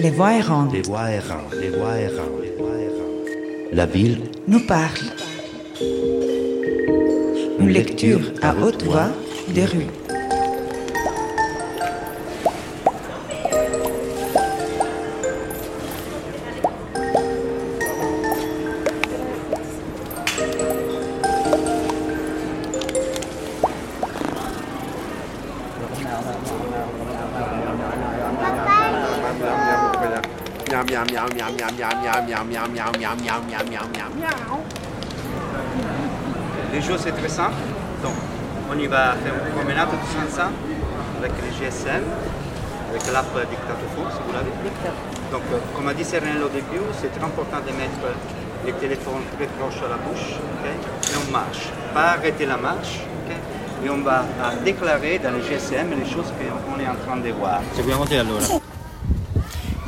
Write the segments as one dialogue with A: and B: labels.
A: Les voix errantes
B: Les voix errantes, les voix errantes, les voix errantes. La ville,
A: nous parlent. Une lecture à haute voix des rues.
C: Miam, miam, miam, miam, miam, miam, miam, miam, miam, miam, miam, miam, miam, miam, miam, miam.
D: Les jours, c'est très simple. Donc, on y va faire une promenade tous ensemble avec les GSM, avec l'app Dictatophone, si vous l'avez. Donc, euh, comme a dit Serenel au début, c'est très important de mettre les téléphones très proches à la bouche. ok et on marche. Pas arrêter la marche. ok et on va euh, déclarer dans les GSM les choses qu'on est en train de voir. Seguiamo te allora.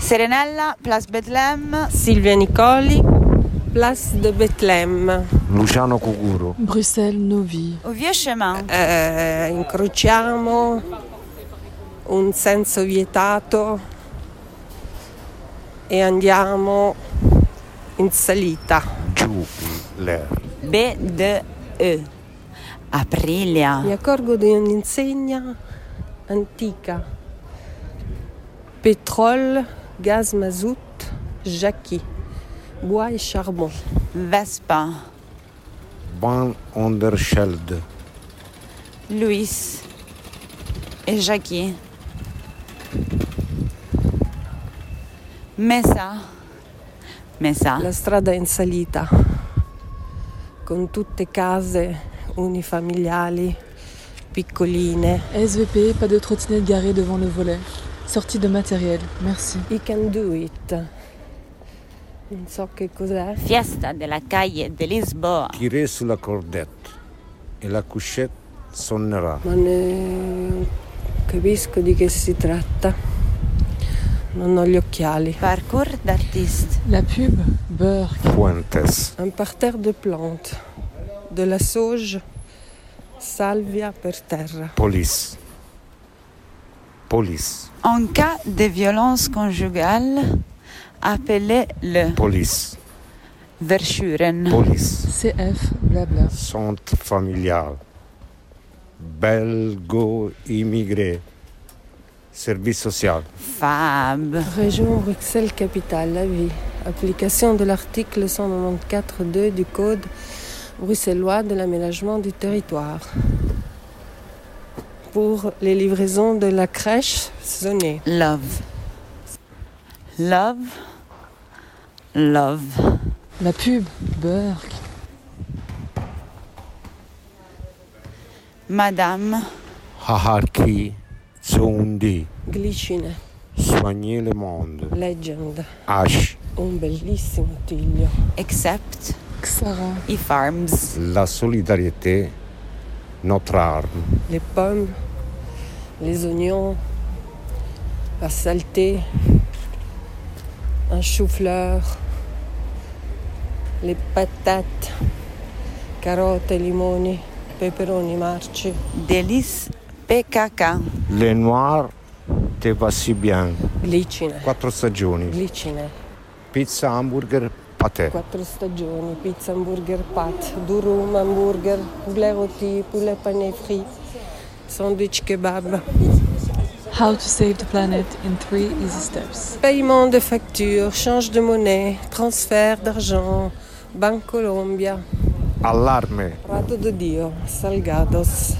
A: Serenella, Place Bethlehem,
E: Silvia Nicoli, Place de Bethlehem.
F: Luciano Cuguro,
G: Bruxelles Novi,
A: au Vieux Chemin,
E: Eh, incrociamo un senso vietato e andiamo in salita.
F: Giupiler,
A: BDE, E. Aprilia,
E: Mi accorgo di un'insegna antica. Pétrole, gaz mazout, jacqui, bois et charbon.
A: Vespa,
F: Van Onderscheld,
A: Luis et Jackie. Mesa, Mesa,
E: La strada in salita, con tutte case unifamiliali, piccoline.
G: SVP, pas de trottinette garée devant le volet. Sortie de matériel, merci.
E: You can do it. Non so che cos'è.
A: Fiesta della Calle de Lisboa,
F: tirez sur la cordette et la couchette sonnera.
E: Ma ne capisco di che si tratta. Non ho gli occhiali.
A: Parcours d'artiste,
G: La pub, beurre,
F: Fuentes,
E: Un parterre de plantes, de la sauge, salvia per terra.
F: police, police,
A: En cas de violence conjugale, appelez le
F: police,
A: Verschuren.
F: police,
G: CF, blabla.
F: centre familial, belgo-immigré, service social,
A: Fab.
E: Région Bruxelles Capitale, la vie. Application de l'article 194.2 du Code bruxellois de l'aménagement du territoire. Pour les livraisons de la crèche zonée.
A: Love. Love. Love.
G: La pub, beurre,
A: Madame.
F: haharki, zondi,
E: Glicine,
F: soigner le monde,
E: Legend,
F: H,
E: un bellissimo tiglio.
A: Except.
G: Xara,
A: E-Farms.
F: la solidarité, notre arme.
E: Les pommes, les oignons, la saleté, un chou-fleur, les patates, carote, limoni, peperoni marci.
A: Delice PKK.
F: Le noir te va si bien.
E: Glicine,
F: Quattro stagioni.
E: glicine,
F: Pizza, hamburger, patè.
E: quattro stagioni, pizza, hamburger, pâte, durum, hamburger, poulet rôti, poulet pané frit, sandwich kebab.
G: How to save the planet in three easy steps.
E: Paiement de factures, change de monnaie, transfert d'argent, Banque Colombia,
F: Allarme.
E: Prato de Dio, Salgados,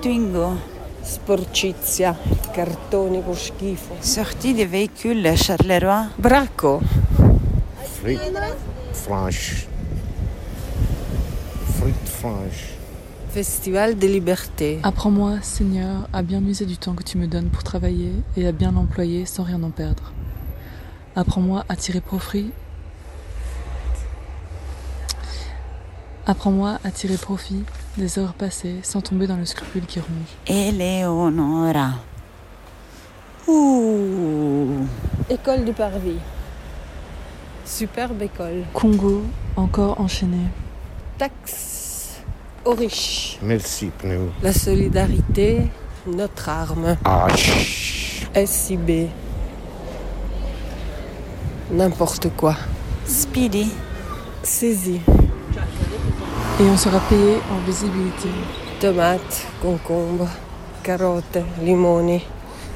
A: Twingo.
E: Sporcizia, cartoni con schifo.
A: Sortie des véhicules Charleroi.
E: Bracco,
F: Frit franche. Frit franche.
E: Festival des libertés.
G: Apprends-moi, Seigneur, à bien user du temps que tu me donnes pour travailler et à bien l'employer sans rien en perdre. Apprends-moi à tirer profit. Apprends-moi à tirer profit des heures passées sans tomber dans le scrupule qui ronge.
A: Eleonora. Ouh.
E: École du Parvis. Superbe école.
G: Congo, encore enchaîné.
E: Taxe aux riches.
F: Merci, Pneu.
E: La solidarité, notre arme.
F: Ah, chut.
E: SIB. N'importe quoi.
A: Speedy.
E: Saisie.
G: Et on sera payé en visibilité.
E: Tomates, concombres, carottes, limoni.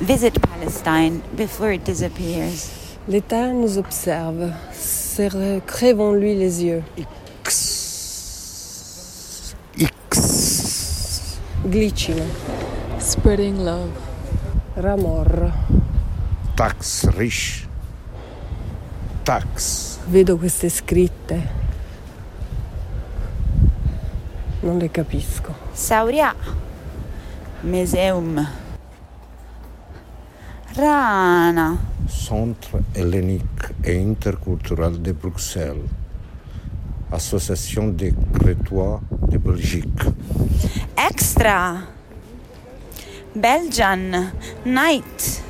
A: Visit Palestine before it disappears.
E: L'État nous observe. Serre- Crèvons-lui les yeux.
F: X. X.
E: Glicino.
G: Spreading love.
E: Ramor.
F: Tax riche. Tax.
E: Vedo queste scritte. Non le capisco.
A: Sauria. Museum. Rana.
F: Centre hellénique et interculturel de Bruxelles. Association des Crétois de Belgique.
A: Extra. Belgian. Night.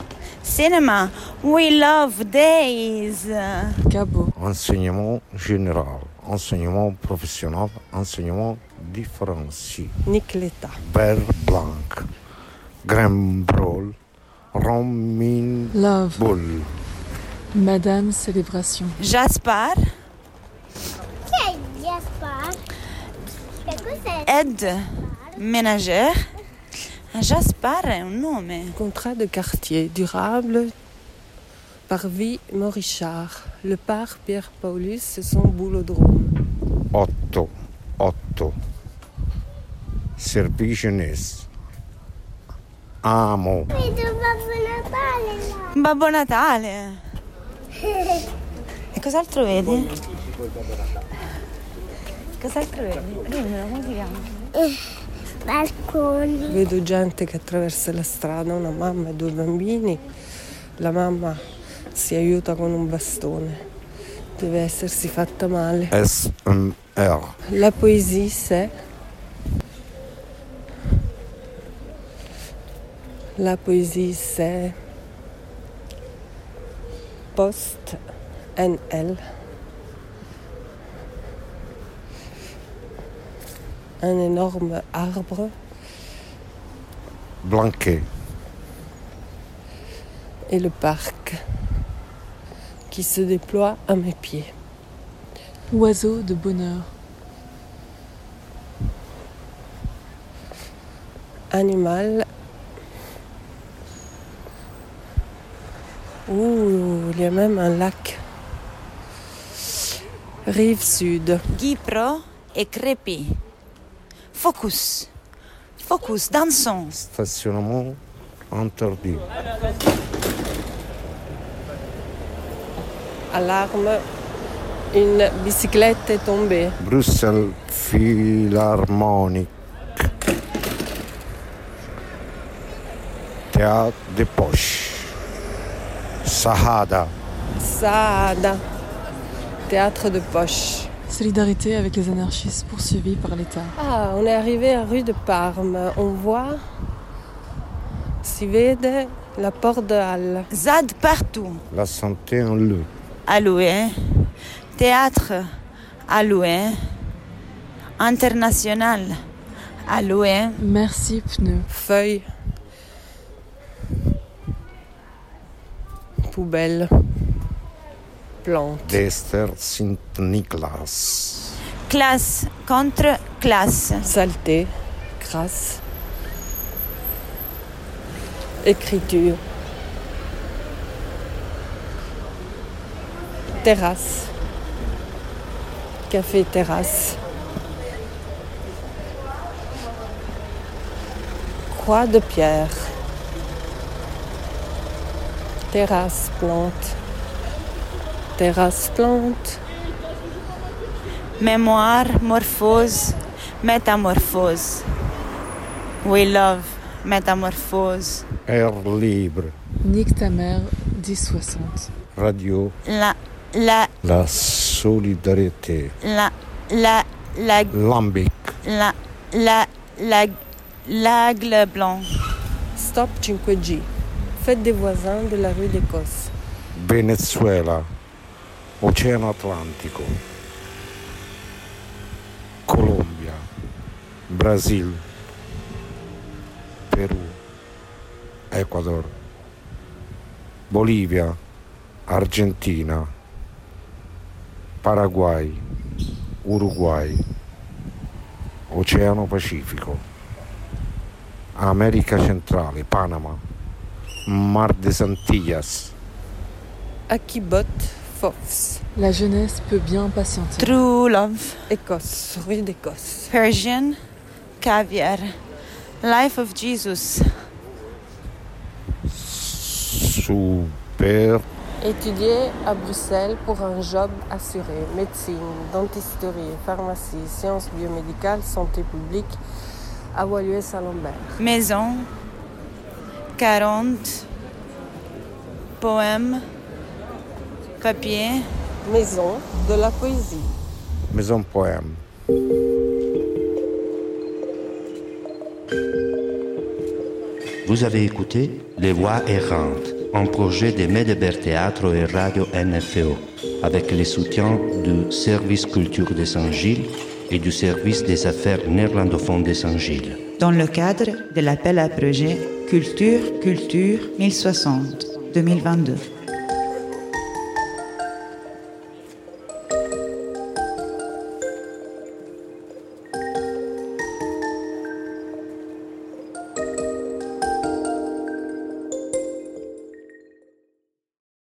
A: Cinema. We love days.
G: Cabot.
F: Enseignement général. Enseignement professionnel. Enseignement différencié.
E: Nique l'État.
F: Vert blanc. Grimbrol. Romine.
G: Love.
F: Boule.
G: Madame Célébration.
A: Jaspar.
H: Gaspard. Qu'est-ce que c'est
A: Ed. Ménagère. Jaspar è un nome.
E: Contrat de quartier durable. Parvis Morichard. Le parc Pierre Paulus et son boulodrome.
F: Otto, Otto, Serbie Jeunesse, Amo,
H: Mais de Papa Natal est là.
A: Babbo Natale. E cos'altro vedi? Cos'altro vedi? Dimmelo, come si chiama?
H: Balcone.
E: Vedo gente che attraversa la strada, una mamma e due bambini. La mamma si aiuta con un bastone. Deve essersi fatta male.
F: SMR,
E: La poésie, c'est. La poésie, c'est. Post NL. Un énorme arbre
F: Blanquet,
E: et le parc qui se déploie à mes pieds.
G: Oiseau de bonheur.
E: Animal. Ouh, il y a même un lac. Rive sud.
A: Ghipro e Crepi. Focus. Focus, dansons.
F: stationnement interdit,
E: Alarme. Une bicyclette est tombée.
F: Bruxelles Philharmonique, Théâtre de Poche, Sahada,
E: Saada. Théâtre de poche.
G: Solidarité avec les anarchistes poursuivis par l'État.
E: Ah, on est arrivé à rue de Parme. On voit, si vede, la porte de Halle.
A: Zad partout.
F: La Santé en lutte,
A: Alloué. Théâtre. Alloué. International. Alloué.
G: Merci pneu.
E: Feuille. Poubelle. Plante.
F: Dester Saint-Nicolas.
A: Classe contre classe.
E: Saleté, crasse, écriture, terrasse, café-terrasse, croix de pierre, terrasse, plante, terrasse, plante,
A: Mémoire. Morphose. Métamorphose. We love. Métamorphose.
F: Air libre,
G: Nique ta mère 1060.
F: radio,
A: La. La.
F: la solidarité,
A: La. La. La.
F: lambic,
A: La. La. La. L'aigle blanc.
E: stop 5G, fête des voisins de la rue d'Écosse.
F: Venezuela, Oceano Atlantico, Colombia, Brésil, Pérou, Ecuador, Bolivia, Argentina, Paraguay, Uruguay, Oceano Pacifico, America Centrale, Panama, Mar de Santillas.
E: Akibot, Fofs,
G: La jeunesse peut bien patienter.
A: True Love,
E: Écosse, rue d'Écosse,
A: Persian, Caviar, Life of Jesus,
F: Super
E: Étudier à Bruxelles pour un job assuré. Médecine, dentisterie, pharmacie, sciences biomédicales, santé publique à Woluwe-Salambert.
A: Maison, 40, Poème, Papier,
E: Maison de la poésie.
F: Maison Poème.
B: Vous avez écouté Les Voix errantes, un projet des Medeber Théâtre et Radio NFO, avec le soutien du Service Culture de Saint-Gilles et du Service des Affaires néerlandophones de Saint-Gilles.
I: dans le cadre de l'appel à projet Culture Culture 1060 2022.